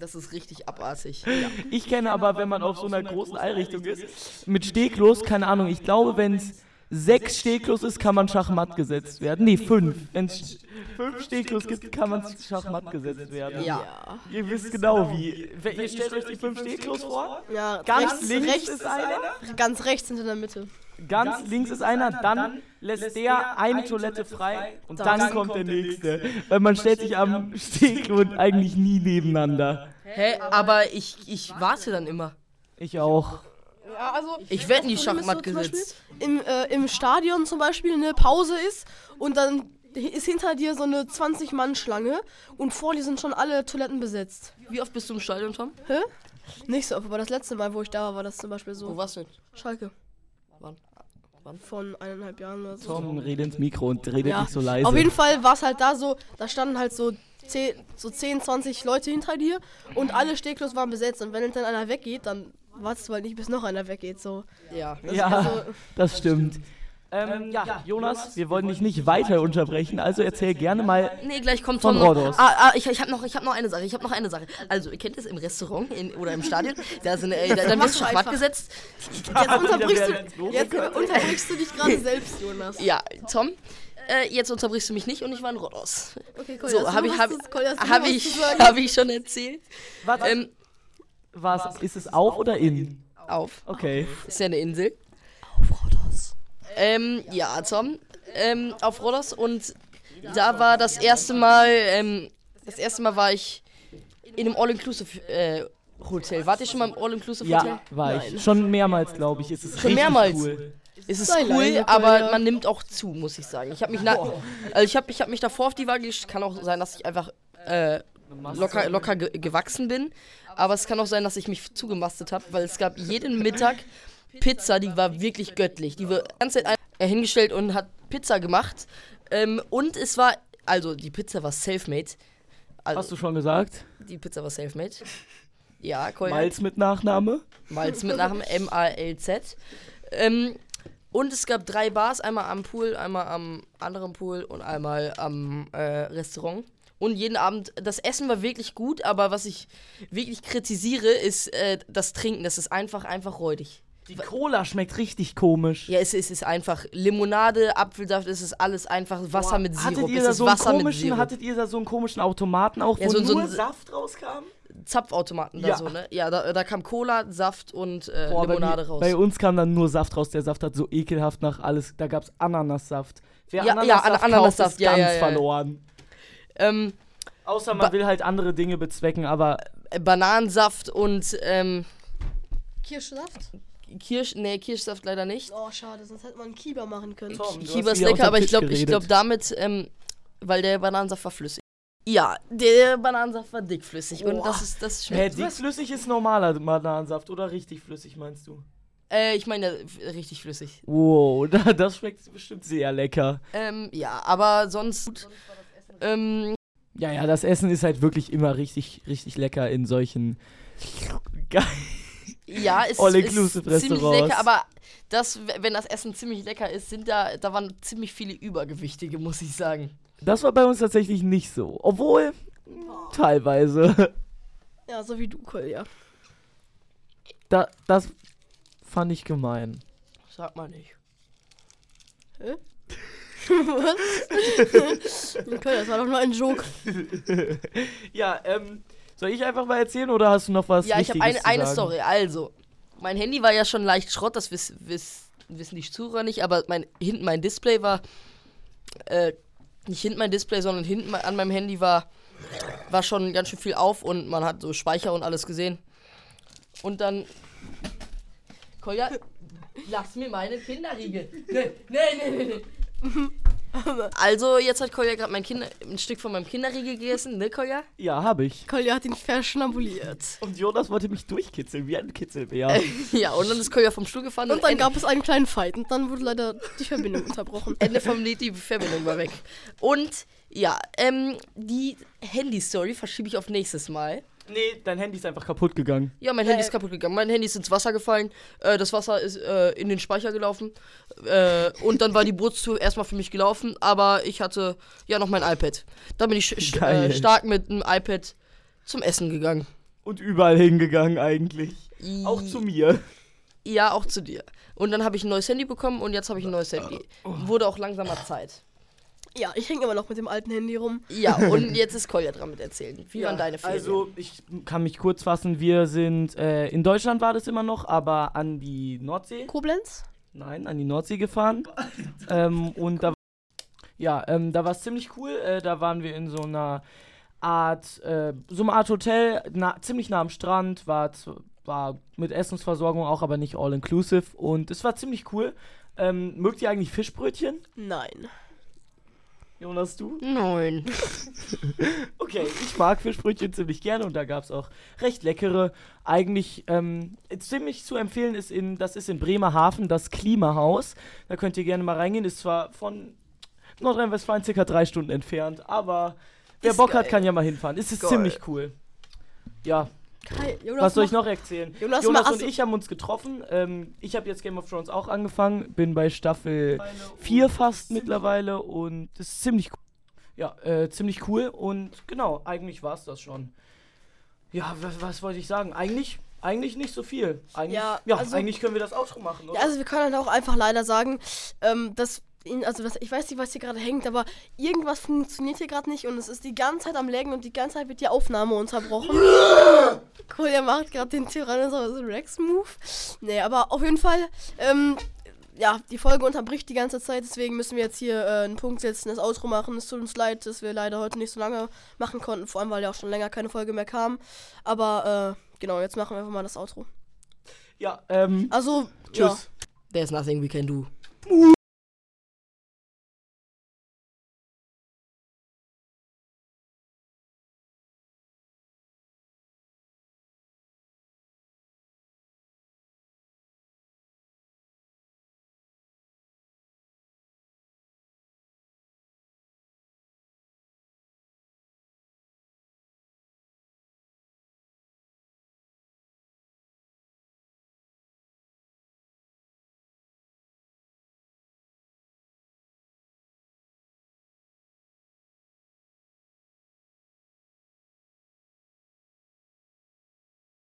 Speaker 3: Das ist richtig abartig.
Speaker 2: Ich kenne aber, wenn man auf so einer großen Einrichtung ist, mit Stehklos, keine Ahnung, ich glaube, wenn es sechs Stehklos ist, kann man schachmatt gesetzt werden. Nee, fünf. Wenn es fünf Stehklos gibt, kann man schachmatt gesetzt werden.
Speaker 3: Ja.
Speaker 1: Ja.
Speaker 2: Ihr wisst genau wie. Wenn, ihr stellt euch die fünf Stehklos vor,
Speaker 1: Ja,
Speaker 2: ganz
Speaker 1: rechts,
Speaker 2: links
Speaker 1: rechts,
Speaker 2: ist einer,
Speaker 1: ganz rechts hinter der Mitte.
Speaker 2: ganz links ist einer, dann lässt der eine Toilette frei und
Speaker 1: dann
Speaker 2: dann kommt der nächste. Weil man stellt sich am Stehklo eigentlich nie nebeneinander.
Speaker 3: Hä, aber ich, ich warte dann immer.
Speaker 2: Ich auch.
Speaker 1: Ja, also
Speaker 3: Ich werde nie
Speaker 1: Das Problem ist
Speaker 3: Schachmatt
Speaker 1: so zum Beispiel,
Speaker 3: gesetzt.
Speaker 1: Im, äh, Im Stadion zum Beispiel eine Pause ist und dann hi- ist hinter dir so eine 20-Mann-Schlange und vor dir sind schon alle Toiletten besetzt.
Speaker 3: Wie oft bist du im Stadion, Tom?
Speaker 1: Nicht so oft, aber das letzte Mal, wo ich da war, war das zum Beispiel
Speaker 3: Wo
Speaker 1: so.
Speaker 3: warst du denn?
Speaker 1: Schalke.
Speaker 3: Wann? Wann?
Speaker 1: Von eineinhalb Jahren oder so.
Speaker 2: Tom, rede ins Mikro und redet
Speaker 1: Ja,
Speaker 2: nicht so leise.
Speaker 1: Auf jeden Fall war es halt da so, da standen halt so 10, so 10, 20 Leute hinter dir und alle Steglos waren besetzt und wenn dann einer weggeht, dann wartest du halt nicht, bis noch einer weggeht. So.
Speaker 3: Ja.
Speaker 2: Ja,
Speaker 1: Also,
Speaker 2: das stimmt. Ähm, ja, Jonas, wir wollen dich nicht weiter unterbrechen, also erzähl gerne mal.
Speaker 3: Nee, gleich kommt
Speaker 2: Von
Speaker 3: Tom noch.
Speaker 2: Rhodos.
Speaker 3: Ah, ah, ich, ich habe noch, ich hab noch eine Sache. Ich habe noch eine Sache. Also, ihr kennt es im Restaurant in, oder im Stadion. Da sind, äh, da, dann wirst du
Speaker 1: Mach
Speaker 3: Schachmatt
Speaker 1: einfach.
Speaker 3: gesetzt.
Speaker 1: jetzt unterbrichst
Speaker 2: werden
Speaker 1: du, jetzt unterbrichst du dich gerade selbst, Jonas.
Speaker 3: Ja, Tom, äh, jetzt unterbrichst du mich nicht und ich war in Rodos.
Speaker 1: Okay, Kolja,
Speaker 3: So, habe ich, hab, hab
Speaker 1: hab
Speaker 3: ich, hab ich schon erzählt.
Speaker 2: Was,
Speaker 3: Ähm,
Speaker 2: was ist es auf oder in?
Speaker 3: auf.
Speaker 2: Okay.
Speaker 3: Ist ja eine Insel. Auf Rhodos. Ähm, ja, Tom. Ähm, auf Rhodos und da war das erste Mal, ähm, das erste Mal war ich in einem All-Inclusive äh, Hotel. Wart ihr schon mal im All-Inclusive Hotel?
Speaker 2: Ja, war ich. Schon mehrmals, glaube ich. Ist es
Speaker 3: Schon
Speaker 2: richtig
Speaker 3: mehrmals?
Speaker 2: Cool.
Speaker 3: Es ist
Speaker 1: Sei
Speaker 3: cool,
Speaker 1: leise, Oh.
Speaker 3: aber
Speaker 1: Kolja.
Speaker 3: man nimmt auch zu, muss ich sagen. Ich habe mich, na, also ich hab, ich hab mich davor auf die Waage gestellt. Kann auch sein, dass ich einfach äh, locker, locker ge gewachsen bin. Aber es kann auch sein, dass ich mich zugemastet habe, weil es gab jeden Mittag Pizza, die war wirklich göttlich. Die wurde die ganze Zeit ein- äh, hingestellt und hat Pizza gemacht. Ähm, und es war, also die Pizza war self-made.
Speaker 2: Hast
Speaker 3: Also
Speaker 2: du schon gesagt?
Speaker 3: die Pizza war self-made. Ja, Kolja.
Speaker 2: Malz mit Nachname?
Speaker 3: Malz mit Namen M-A-L-Z. Ähm, und es gab drei Bars, einmal am Pool, einmal am anderen Pool und einmal am äh, Restaurant. Und jeden Abend, das Essen war wirklich gut, aber was ich wirklich kritisiere, ist äh, das Trinken. Das ist einfach, einfach räudig.
Speaker 2: Die Cola schmeckt richtig komisch.
Speaker 3: Ja, es, es ist einfach Limonade, Apfelsaft, es ist alles einfach Wasser mit Sirup.
Speaker 2: Hattet ihr,
Speaker 3: es
Speaker 2: da
Speaker 3: ist
Speaker 2: so einen
Speaker 3: Wasser mit
Speaker 2: komischen,
Speaker 3: Sirup.
Speaker 2: hattet ihr da so einen komischen Automaten auch, wo
Speaker 3: Ja, so- so
Speaker 2: nur
Speaker 3: ein-
Speaker 2: Saft rauskam?
Speaker 3: Zapfautomaten
Speaker 2: Ja.
Speaker 3: da so, ne? Ja, da, da kam Cola, Saft und äh,
Speaker 2: Boah,
Speaker 3: Limonade
Speaker 2: bei, mir-
Speaker 3: raus.
Speaker 2: Bei uns kam dann nur Saft raus. Der Saft hat so ekelhaft nach alles. Da gab's Ananassaft. Wer
Speaker 3: Ja, ja, Ana- Ananassaft,
Speaker 2: ist
Speaker 3: ja,
Speaker 2: ganz
Speaker 3: ja, ja, ja.
Speaker 2: verloren.
Speaker 3: ähm,
Speaker 2: Außer man
Speaker 3: Ba-
Speaker 2: will halt andere Dinge bezwecken, aber
Speaker 3: Bananensaft und ähm,
Speaker 1: Kirschsaft?
Speaker 3: Kirsch, nee, Kirschsaft leider nicht.
Speaker 1: Oh, schade, sonst hätte man einen Kieber machen können.
Speaker 2: Tom, du
Speaker 3: Kieber
Speaker 2: hast
Speaker 3: ist
Speaker 2: wieder
Speaker 3: lecker,
Speaker 2: unter
Speaker 3: aber
Speaker 2: den
Speaker 3: ich glaube,
Speaker 2: Tisch
Speaker 3: ich glaube
Speaker 2: geredet.
Speaker 3: damit, ähm, weil der Bananensaft war flüssig. Ja, der Bananensaft war dickflüssig und
Speaker 1: Boah.
Speaker 3: das ist das
Speaker 2: Hä,
Speaker 3: schmeckt.
Speaker 2: dickflüssig ist normaler Bananensaft oder richtig flüssig, meinst du?
Speaker 3: Äh, ich meine ja, f- richtig flüssig.
Speaker 2: Wow, da- das schmeckt bestimmt sehr lecker.
Speaker 3: Ähm, ja, aber sonst. Gut. Ähm,
Speaker 2: Ja, ja, das Essen ist halt wirklich immer richtig, richtig lecker in solchen. Geil.
Speaker 3: ja, es
Speaker 2: All
Speaker 3: ist
Speaker 2: inclusive
Speaker 3: ziemlich
Speaker 2: Restaurants.
Speaker 3: lecker, aber das, w- wenn das Essen ziemlich lecker ist, sind da, da waren ziemlich viele Übergewichtige, muss ich sagen.
Speaker 2: Das war bei uns tatsächlich nicht so. Obwohl, mh, teilweise.
Speaker 1: Ja, so wie du, Kolja.
Speaker 2: Da, das fand ich gemein.
Speaker 3: Sag mal nicht.
Speaker 1: Kolja, das war doch nur ein Joke.
Speaker 2: Ja, ähm, soll ich einfach mal erzählen oder hast du noch was?
Speaker 3: ja, ich habe eine,
Speaker 2: Wichtiges zu
Speaker 3: eine
Speaker 2: sagen?
Speaker 3: Story. Also, mein Handy war ja schon leicht Schrott, das wiss, wiss, wissen die Zuhörer nicht, aber mein, hinten mein Display war. Äh, nicht hinten mein Display, sondern hinten me- an meinem Handy war, war schon ganz schön viel auf und man hat so Speicher und alles gesehen. Und dann. Kolja, lass mir meine Kinderriegel. Nee, nee, nee, nee, nee. Also, jetzt hat Kolja gerade mein Kinder, ein Stück von meinem Kinderriegel gegessen, ne, Kolja?
Speaker 2: Ja, habe ich.
Speaker 1: Kolja hat ihn verschnabuliert.
Speaker 2: Und Jonas wollte mich durchkitzeln, wie ein Kitzelbär.
Speaker 3: Ja, und dann ist Kolja vom Stuhl gefahren
Speaker 1: Und dann
Speaker 3: Ende-
Speaker 1: gab es einen kleinen Fight und dann wurde leider die Verbindung unterbrochen.
Speaker 3: Ende vom Lied, die Verbindung war weg. Und ja, ähm, die Handy-Story verschiebe ich auf nächstes Mal.
Speaker 2: nee, dein Handy ist einfach kaputt gegangen.
Speaker 3: Ja, mein Handy ist kaputt gegangen. Mein Handy ist ins Wasser gefallen. Äh, das Wasser ist äh, in den Speicher gelaufen. Äh, und dann war die Bootstour erstmal für mich gelaufen. Aber ich hatte ja noch mein iPad. Da bin ich sch- sch-
Speaker 2: Geil.
Speaker 3: äh, stark mit dem iPad zum Essen gegangen.
Speaker 2: Und überall hingegangen eigentlich. Auch zu mir.
Speaker 3: Ja, auch zu dir. Und dann habe ich ein neues Handy bekommen und jetzt habe ich ein neues Handy.
Speaker 2: Oh.
Speaker 3: Wurde auch langsamer Zeit.
Speaker 1: Ja, ich hänge immer noch mit dem alten Handy rum.
Speaker 3: Ja, und jetzt ist Kolja dran mit erzählen. Wie waren deine Ferien?
Speaker 2: Also, ich kann mich kurz fassen. Wir sind, äh, in Deutschland war das immer noch, aber an die Nordsee.
Speaker 1: Koblenz?
Speaker 2: Nein, an die Nordsee gefahren. ähm, und da, ja, ähm, da war es ziemlich cool. Äh, da waren wir in so einer Art, äh, so einer Art Hotel, na, ziemlich nah am Strand, war, z- war mit Essensversorgung auch, aber nicht all-inclusive. Und es war ziemlich cool. Ähm, mögt ihr eigentlich Fischbrötchen?
Speaker 1: Nein.
Speaker 2: Jonas, du?
Speaker 3: Nein.
Speaker 2: Okay, ich mag Fischbrötchen ziemlich gerne und da gab es auch recht leckere. Eigentlich ähm, ziemlich zu empfehlen ist in, das ist in Bremerhaven, das Klimahaus. Da könnt ihr gerne mal reingehen. Ist zwar von Nordrhein-Westfalen circa drei Stunden entfernt, aber wer
Speaker 3: Ist
Speaker 2: Bock hat,
Speaker 3: geil.
Speaker 2: kann ja mal hinfahren. Es ist
Speaker 3: Geil.
Speaker 2: ziemlich cool. Ja,
Speaker 1: Kai, Jonas,
Speaker 2: was soll ich
Speaker 1: mach-
Speaker 2: noch erzählen?
Speaker 1: Jonas,
Speaker 2: Jonas,
Speaker 1: mach-
Speaker 2: und ich haben uns getroffen. Ähm, ich habe jetzt Game of Thrones auch angefangen, bin bei Staffel 4 fast mittlerweile und das ist ziemlich cool. Ja, äh, ziemlich cool und genau, eigentlich war es das schon. Ja, was, was wollte ich sagen? Eigentlich, eigentlich nicht so viel. Eigentlich, ja,
Speaker 1: Ja, also-
Speaker 2: eigentlich können wir das Outro machen, oder?
Speaker 1: Ja, also wir können halt auch einfach leider sagen, ähm, dass ihn, also das, ich weiß nicht, was hier gerade hängt, aber irgendwas funktioniert hier gerade nicht und es ist die ganze Zeit am Laggen und die ganze Zeit wird die Aufnahme unterbrochen. cool, er macht gerade den Tyrannosaurus Rex Move. Nee, aber auf jeden Fall, ähm, ja, die Folge unterbricht die ganze Zeit, deswegen müssen wir jetzt hier äh, einen Punkt setzen, das Outro machen. Es tut uns leid, dass wir leider heute nicht so lange machen konnten, vor allem weil ja auch schon länger keine Folge mehr kam. Aber äh, genau, jetzt machen wir einfach mal das Outro.
Speaker 2: Ja, ähm,
Speaker 1: Also, ja.
Speaker 2: tschüss.
Speaker 3: There's nothing we can do.
Speaker 2: Uh.